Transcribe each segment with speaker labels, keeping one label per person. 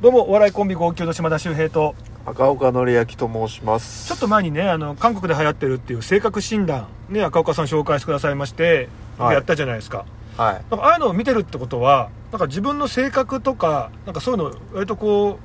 Speaker 1: どうもお笑いコンビ号泣の島田秀平と
Speaker 2: 赤岡典明と申します
Speaker 1: ちょっと前にねあの韓国で流行ってるっていう性格診断ね赤岡さん紹介してくださいまして、
Speaker 2: はい
Speaker 1: やったじゃないですか
Speaker 2: はい
Speaker 1: なんかああいうのを見てるってことはなんか自分の性格とかなんかそういうの割とこう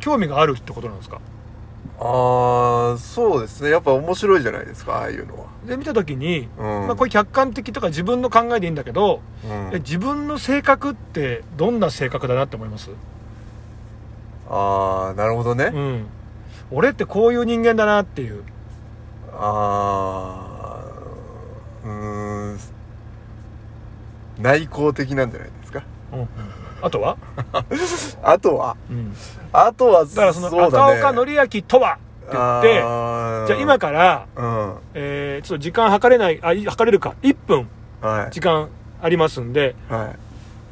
Speaker 1: 興味があるってことなんですか
Speaker 2: ああそうですねやっぱ面白いじゃないですかああいうのは
Speaker 1: で見た時に、
Speaker 2: うん、
Speaker 1: まあ、これ客観的とか自分の考えでいいんだけど、
Speaker 2: うん
Speaker 1: え自分の性格ってどんな性格だなって思います、
Speaker 2: ああなるほどね、
Speaker 1: うん、俺ってこういう人間だなっていう
Speaker 2: ああうーん内向的なんじゃないですか
Speaker 1: うんあとは、
Speaker 2: あとは
Speaker 1: うん、
Speaker 2: あとは
Speaker 1: だからその
Speaker 2: う
Speaker 1: 赤岡
Speaker 2: ね
Speaker 1: 典明とはって言って、
Speaker 2: あー
Speaker 1: じゃあ今から、
Speaker 2: うん
Speaker 1: えーちょっと時間測れない、あ、い測れるか、1分
Speaker 2: はい
Speaker 1: 時間ありますんで、
Speaker 2: はい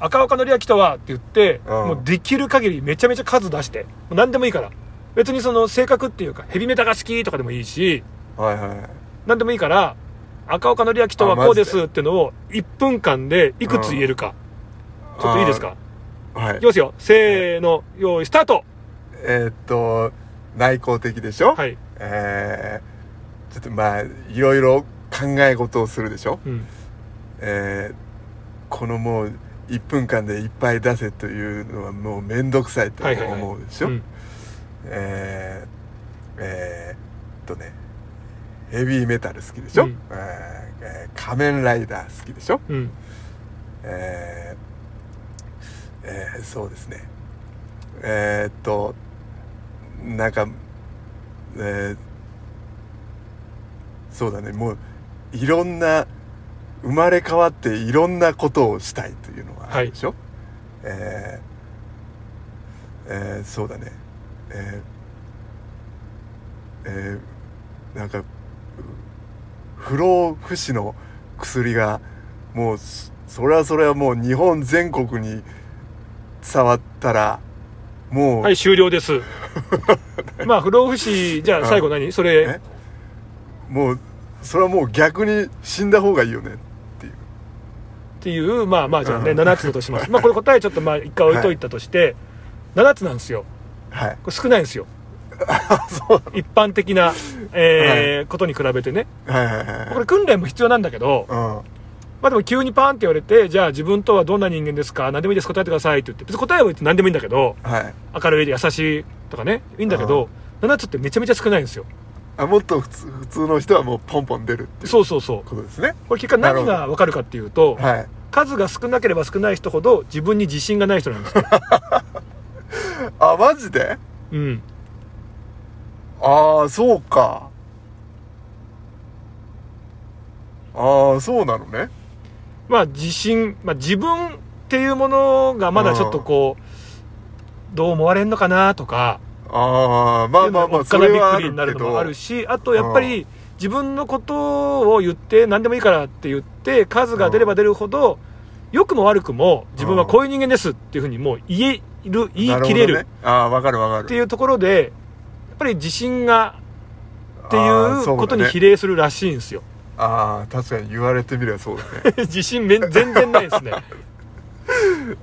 Speaker 1: 赤岡典明とはって言って、
Speaker 2: うん
Speaker 1: もうできる限りめちゃめちゃ数出して、もう何でもいいから。別にその性格っていうか、ヘビメタが好きとかでもいいし、
Speaker 2: はいはい
Speaker 1: 何でもいいから、赤岡典明とはこうですっていうのを1分間でいくつ言えるか。ちょっといいですか
Speaker 2: はい
Speaker 1: いきますよ。せーの、用意、スタート
Speaker 2: えーっと内向的でしょ
Speaker 1: はい。
Speaker 2: えーちょっとまあいろいろ考え事をするでしょ、
Speaker 1: うん。
Speaker 2: えーこのもう1分間でいっぱい出せというのはもう面倒くさいと
Speaker 1: はいはいはい
Speaker 2: 思うでし
Speaker 1: う
Speaker 2: ょ
Speaker 1: ん。
Speaker 2: えーえーっとねヘビーメタル好きでしょ、
Speaker 1: うん
Speaker 2: えーえー仮面ライダー好きでしょ、
Speaker 1: うん。
Speaker 2: えーえーそうですねえーっとなんかえーそうだねもういろんな生まれ変わっていろんなことをしたいというのがあるでしょ、えーえーそうだねえーえーなんかう不老不死の薬がもうそそれはそれはもう日本全国に伝わったらもう、
Speaker 1: はい、終了 です。まあ、不老不死、じゃあ最後何それ
Speaker 2: え、もうそれはもう逆に死んだ方がいいよねっていう
Speaker 1: っていう、まあまあ、じゃあね、
Speaker 2: うん
Speaker 1: 7つだとします。まあ、これ答えちょっとまあ、一回置いといたとして、7つなんですよ。
Speaker 2: はい
Speaker 1: これ少ないんですよ。一般的な、えーことに比べてね。
Speaker 2: はいはいはい
Speaker 1: これ訓練も必要なんだけど、
Speaker 2: うん
Speaker 1: まあでも急にパーンって言われて、じゃあ自分とはどんな人間ですか何でもいいです、答えてくださいって言って。別に答えは言って何でもいいんだけど、
Speaker 2: はい
Speaker 1: 明るいで優しいとかね、いいんだけど、7つってめちゃめちゃ少ないんですよ。
Speaker 2: あもっと普通普通の人はもうポンポン出るっていう
Speaker 1: そうそうそう。
Speaker 2: ことですね
Speaker 1: これ結果何がわかるかっていうと、
Speaker 2: はい
Speaker 1: 数が少なければ少ない人ほど自分に自信がない人なんです よ、
Speaker 2: あマジで
Speaker 1: うん、
Speaker 2: ああそうかああそうなのね
Speaker 1: まあ自信、まあ、自分っていうものがまだちょっとこうどう思われんのかなとか
Speaker 2: ああまあまあま
Speaker 1: お
Speaker 2: あ
Speaker 1: っか
Speaker 2: そ
Speaker 1: な
Speaker 2: れ
Speaker 1: びっ
Speaker 2: はあ
Speaker 1: くり
Speaker 2: る
Speaker 1: にな
Speaker 2: け
Speaker 1: るの
Speaker 2: ど
Speaker 1: もあるしあとやっぱり自分のことを言って何でもいいからって言って数が出れば出るほど良くも悪くも自分はこういう人間ですっていうふうにもう言える言い切れる
Speaker 2: なほどねああわかるわかる
Speaker 1: って
Speaker 2: う
Speaker 1: いうところでやっぱり自信がっていうことに比
Speaker 2: ね、
Speaker 1: 例するらしいんですよ。
Speaker 2: ああ確かに言われてみればそうだね
Speaker 1: 自信めん全然ないですね。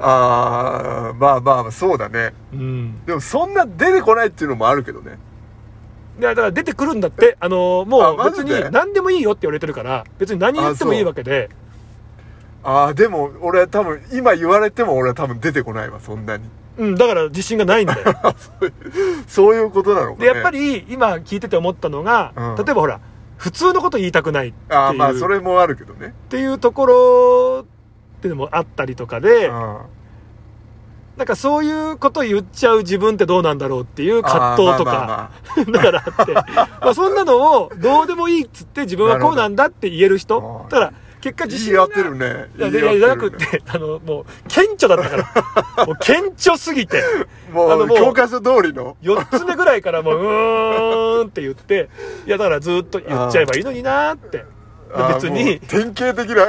Speaker 2: ああまあまあそうだね
Speaker 1: うん。
Speaker 2: でもそんな出てこないっていうのもあるけどね
Speaker 1: いやだから出てくるんだって、あのも
Speaker 2: あ
Speaker 1: う
Speaker 2: マ
Speaker 1: 別
Speaker 2: ジ
Speaker 1: に
Speaker 2: で
Speaker 1: 何でもいいよって言われてるから、別に何言ってもいい
Speaker 2: あそう
Speaker 1: わけで、
Speaker 2: ああでも俺は多分今言われても俺は多分出てこないわそんなに
Speaker 1: うん、だから自信が ないんだよ。
Speaker 2: そういうことなのか
Speaker 1: で、
Speaker 2: ね
Speaker 1: やっぱり今聞いてて思ったのが、
Speaker 2: うん
Speaker 1: 例えばほら、普通のこと言いたくないって
Speaker 2: ああまあ
Speaker 1: い、
Speaker 2: そう
Speaker 1: っ
Speaker 2: れもあるけどね
Speaker 1: ていうところっていうのもあったりとかで、
Speaker 2: うん
Speaker 1: なんかそういうこと言っちゃう自分ってどうなんだろうっていう葛藤と
Speaker 2: あーまあまあ
Speaker 1: か、
Speaker 2: ま
Speaker 1: だ
Speaker 2: あ
Speaker 1: からあ って、まあそんなのをどうでもいいっつって自分はこうなんだって言える
Speaker 2: なるほ
Speaker 1: 人
Speaker 2: ど、
Speaker 1: だから結果自信
Speaker 2: 言い
Speaker 1: が
Speaker 2: 合ってるね
Speaker 1: いや、い
Speaker 2: 言
Speaker 1: や、
Speaker 2: い
Speaker 1: じゃな
Speaker 2: 合っ
Speaker 1: く
Speaker 2: てるね
Speaker 1: て、あの、もう、顕著だったから。もう、顕著すぎて、あ
Speaker 2: も
Speaker 1: の
Speaker 2: う
Speaker 1: もう
Speaker 2: 教科書通りの
Speaker 1: 4つ目ぐらいからもう、うーんって言って、いや、だからずっと言っちゃえばいいのになーって。
Speaker 2: あー
Speaker 1: 別
Speaker 2: も
Speaker 1: に
Speaker 2: う、典型的な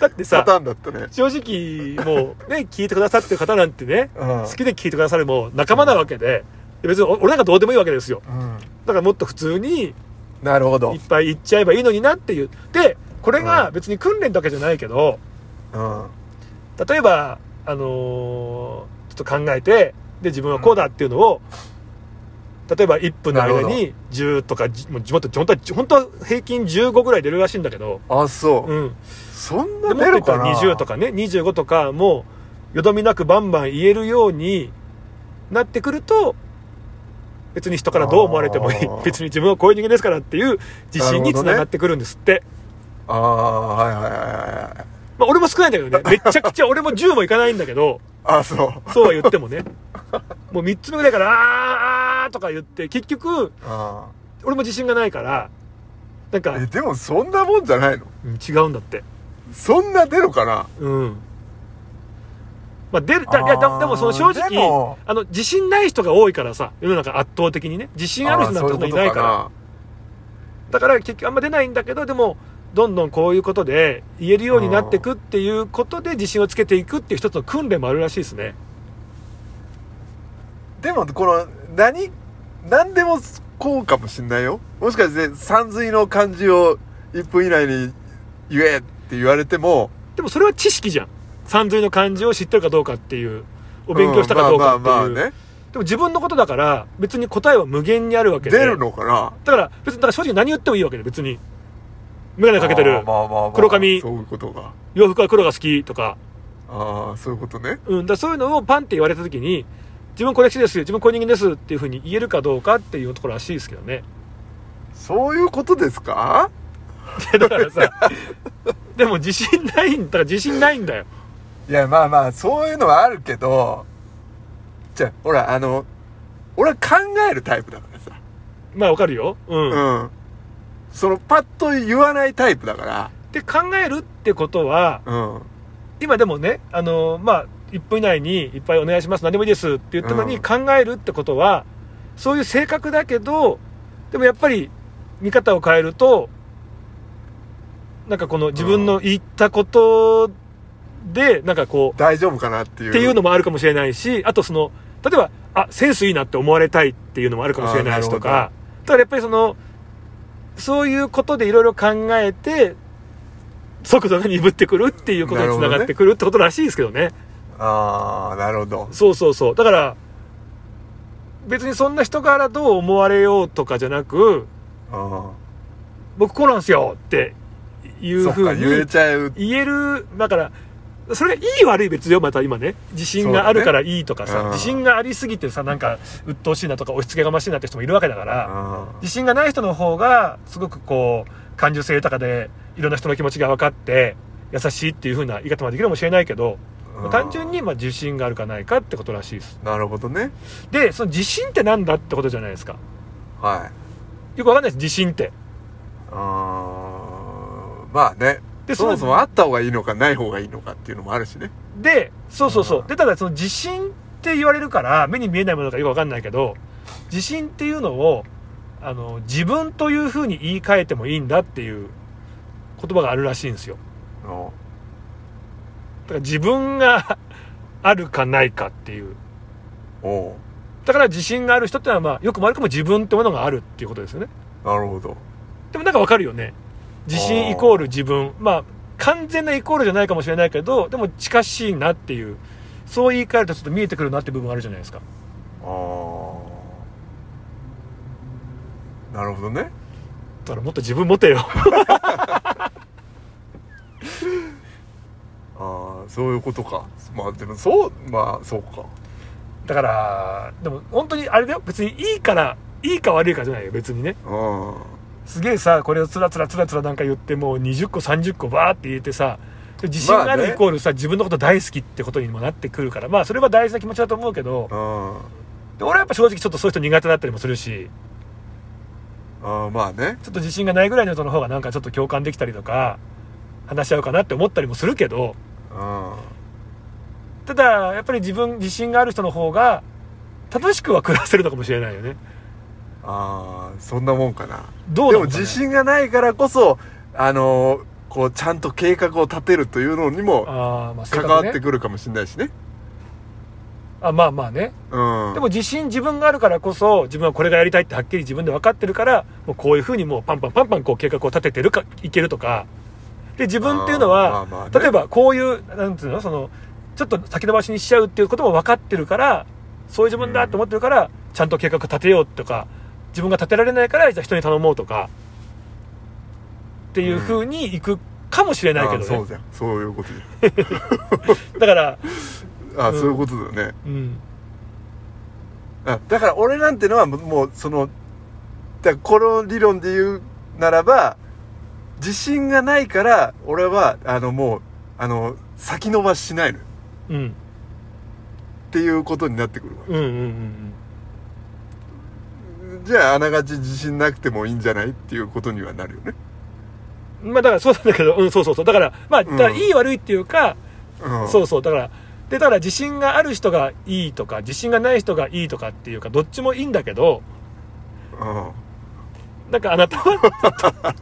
Speaker 1: だって
Speaker 2: パ
Speaker 1: さ
Speaker 2: タ、ーンだったね
Speaker 1: 正直、もう、ね、聞いてくださってる方なんてね、
Speaker 2: うん
Speaker 1: 好きで聞いてくださるもう仲間なわけで、別にお俺なんかどうでもいいわけですよ。
Speaker 2: うん
Speaker 1: だからもっと普通に、
Speaker 2: なるほど
Speaker 1: いっぱい言っちゃえばいいのになって言って、これが別に訓練だけじゃないけど、
Speaker 2: うん
Speaker 1: 例えば、あのーちょっと考えて、で自分はこうだっていうのを、例えば1分の
Speaker 2: な
Speaker 1: 間
Speaker 2: るほど
Speaker 1: に10とかじもうもっと本当は本当は平均15ぐらい出るらしいんだけど、
Speaker 2: あそう、
Speaker 1: うん、
Speaker 2: そん
Speaker 1: で
Speaker 2: な
Speaker 1: もっと
Speaker 2: 出
Speaker 1: 言
Speaker 2: る
Speaker 1: った
Speaker 2: からな
Speaker 1: 20とかね25とかもうよどみなくバンバン言えるようになってくると別に人からどう思われてもいい
Speaker 2: あー
Speaker 1: 別に自分はこういう人間ですからっていう自信につながってくるんですって、
Speaker 2: ああはいはいはいはい
Speaker 1: まあ、俺も少ないんだけどねめちゃくちゃ俺も10もいかないんだけど
Speaker 2: あそう
Speaker 1: そうは言ってもねもう3つ目ぐらいから「あーあー」とか言って結局
Speaker 2: あ
Speaker 1: 俺も自信がないからなんか
Speaker 2: ーえでもそんなもんじゃないの
Speaker 1: うん違うんだって
Speaker 2: そんな出るかな
Speaker 1: うんまあ出るだいや
Speaker 2: あ
Speaker 1: だ
Speaker 2: ー
Speaker 1: でもその正
Speaker 2: で
Speaker 1: 直
Speaker 2: も
Speaker 1: あの自信ない人が多いからさ世の中圧倒的にね自信ある人なんてこといないから
Speaker 2: あ
Speaker 1: だから結局あんま出ないんだけどでもどんどんこういうことで言えるようになってくっていうことで自信をつけていくっていう一つの訓練もあるらしいですね
Speaker 2: ーそういうことかなでもこの何何でもこうかもしんないよもしかしてさんずいの漢字を1分以内に言えって言われても
Speaker 1: でもそれは知識じゃん三髄の漢字を知ってるかどうかっていうお勉強したかどうかって
Speaker 2: んまあまあ
Speaker 1: いう、
Speaker 2: まあね
Speaker 1: でも自分のことだから別に答えは無限にあるわけで
Speaker 2: 出るのかな
Speaker 1: だから別にだから正直何言ってもいいわけで別に眼鏡かけて
Speaker 2: あ
Speaker 1: る
Speaker 2: ーまあまあまあ
Speaker 1: 黒髪
Speaker 2: そういうことが
Speaker 1: 洋服は黒が好きとか,、
Speaker 2: ああそういうことね
Speaker 1: うん、だからそういうのをパンって言われた時に自分これ好きですよ自分こういう人間ですっていうふうに言えるかどうかっていうところらしいですけどね
Speaker 2: そういうことですか
Speaker 1: だからさでも自信ないんだから自信ないんだよ
Speaker 2: いやまあまあそういうのはあるけどじゃあほらあの俺は考えるタイプだからさ
Speaker 1: まあわかるよ、うん
Speaker 2: うんそのパッと言わないタイプだから
Speaker 1: で考えるってことは
Speaker 2: うん
Speaker 1: 今でもねあのまあ1分以内にいっぱいお願いします何でもいいですって言ったのに、
Speaker 2: うん
Speaker 1: 考えるってことはそういう性格だけどでもやっぱり見方を変えるとなんかこの自分の言ったことで、なんかこう
Speaker 2: 大丈夫かなっていう
Speaker 1: っていうのもあるかもしれないしあとその例えばあセンスいいなって思われたいっていうのもあるかもしれないしと
Speaker 2: あーなる
Speaker 1: かだからやっぱりそのそういうことでいろいろ考えて速度が鈍ってくるっていうことにつながってくるってことらしいですけどね
Speaker 2: ああなるほど
Speaker 1: そうそうそうだから別にそんな人からどう思われようとかじゃなく
Speaker 2: うん
Speaker 1: 僕こうなんですよっていう
Speaker 2: そっ
Speaker 1: ふう
Speaker 2: か言え
Speaker 1: に
Speaker 2: ちゃう
Speaker 1: 言えるだからそれがいい悪い別よまた今ね自信があるからいいとか
Speaker 2: そ
Speaker 1: さ、
Speaker 2: うだねうん
Speaker 1: 自信がありすぎてさなんか鬱陶しいなとか押し付けがましいなって人もいるわけだから、
Speaker 2: うん
Speaker 1: 自信がない人の方がすごくこう感受性豊かでいろんな人の気持ちが分かって優しいっていう風な言い方もできるかもしれないけど、
Speaker 2: うん
Speaker 1: 単純にまあ自信があるかないかってことらしいです
Speaker 2: なるほどね
Speaker 1: でその自信ってなんだってことじゃないですか
Speaker 2: はい
Speaker 1: よくわかんないです自信って
Speaker 2: うんまあね
Speaker 1: で
Speaker 2: そも
Speaker 1: その
Speaker 2: そもあった方がいいのかない方がいいのかっていうのもあるしね
Speaker 1: でそうそうそううんでただその自信って言われるから目に見えないものかよくわかんないけど自信っていうのをあの自分というふうに言い換えてもいいんだっていう言葉があるらしいんですよ
Speaker 2: うん
Speaker 1: だから自分が あるかないかっていう
Speaker 2: おう
Speaker 1: だから自信がある人ってのは、まあ、よくも悪くも自分ってものがあるっていうことですよね
Speaker 2: なるほど
Speaker 1: でもなんかわかるよね自信イコール自分まあ完全なイコールじゃないかもしれないけどでも近しいなっていうそう言い換えるとちょっと見えてくるなって部分あるじゃないですか
Speaker 2: ああなるほどね
Speaker 1: だからもっと自分持てよ
Speaker 2: ああそういうことかまあでもそうまあそうか
Speaker 1: だからでも本当にあれだよ別にいいからいいか悪いかじゃないよ別にね
Speaker 2: うん
Speaker 1: すげえさこれをつらつらつらつらなんか言ってもう20個30個バーって言えてさ自信があ
Speaker 2: まあ
Speaker 1: る
Speaker 2: ね
Speaker 1: イコールさ、自分のこと大好きってことにもなってくるからまあそれは大事な気持ちだと思うけど
Speaker 2: うんあ
Speaker 1: で俺はやっぱ正直ちょっとそういう人苦手だったりもするし
Speaker 2: あまあね
Speaker 1: ちょっと自信がないぐらいの人の方がなんかちょっと共感できたりとか話し合うかなって思ったりもするけど
Speaker 2: うん
Speaker 1: ただやっぱり自分自信がある人の方が楽しくは暮らせるのかもしれないよね
Speaker 2: ああそんなもんかな
Speaker 1: どう
Speaker 2: で
Speaker 1: なの
Speaker 2: も
Speaker 1: かね
Speaker 2: 自信がないからこそあのーこうちゃんと計画を立てるというのにも
Speaker 1: あーまあ性
Speaker 2: 関
Speaker 1: 格
Speaker 2: わ
Speaker 1: ね
Speaker 2: ってくるかもしれないしね
Speaker 1: あまあまあね
Speaker 2: うん
Speaker 1: でも自信自分があるからこそ自分はこれがやりたいってはっきり自分で分かってるからもうこういうふうにもうパンパンパンパンこう計画を立ててるかいけるとかで自分っていうの
Speaker 2: あ
Speaker 1: は
Speaker 2: ーまあまあね
Speaker 1: 例えばこういうなんていうのそのちょっと先延ばしにしちゃうっていうことも分かってるからそういう自分だって思ってるから、ちゃんと計画立てようとか自分が立てられないからじゃあ人に頼もうとかっていう風にいくかもしれないけど
Speaker 2: あ
Speaker 1: ね、
Speaker 2: そうじゃんそういうこと
Speaker 1: だから、
Speaker 2: だあ、
Speaker 1: うん
Speaker 2: そういうことだよね
Speaker 1: うん、
Speaker 2: あだから俺なんてのはもうもうそのだからこの理論で言うならば自信がないから俺はあのもうあの先延ばししないのよ
Speaker 1: うん、
Speaker 2: っていうことになってくるわ
Speaker 1: うんうんうん
Speaker 2: じゃああながち自信なくてもいいんじゃないっていうことにはなるよね
Speaker 1: うんまあだからそうなんだけど、うん、そうそうそうだからまあだから
Speaker 2: うん
Speaker 1: いい悪いっていうか、
Speaker 2: うん
Speaker 1: そうそうだからでだから自信がある人がいいとか自信がない人がいいとかっていうかどっちもいいんだけど
Speaker 2: うん
Speaker 1: なんかあなたは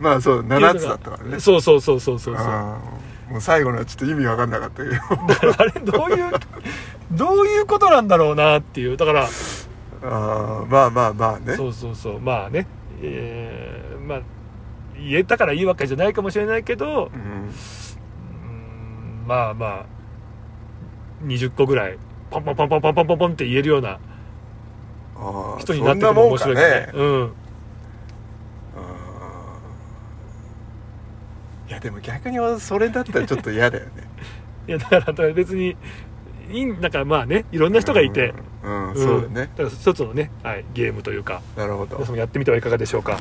Speaker 2: まあそう7つだったからね
Speaker 1: そうそうそうそうそうそうだか
Speaker 2: あーもう最後のはちょっと意味わかんな かったけど
Speaker 1: らあれどういうどういうことなんだろうなっていうだから
Speaker 2: あーまあまあまあね
Speaker 1: そうそうそうまあねえーまあ言えたからいいわけじゃないかもしれないけど
Speaker 2: うん
Speaker 1: うんまあまあ20個ぐらいポンポンポンポンポンポンポンポンって言えるような
Speaker 2: あー
Speaker 1: 人になってくも面白いけどね
Speaker 2: そんなも
Speaker 1: う
Speaker 2: んか
Speaker 1: ん
Speaker 2: いやでも逆に俺それだったらちょっと嫌だよね
Speaker 1: いやだからだから別にいいなんかまあねいろん な人がいて、
Speaker 2: うん、うん
Speaker 1: ん
Speaker 2: そうだね
Speaker 1: だから一つのね、はい、ゲームというか
Speaker 2: なるほど、は
Speaker 1: 皆さんもやってみてはいかがでしょうか
Speaker 2: い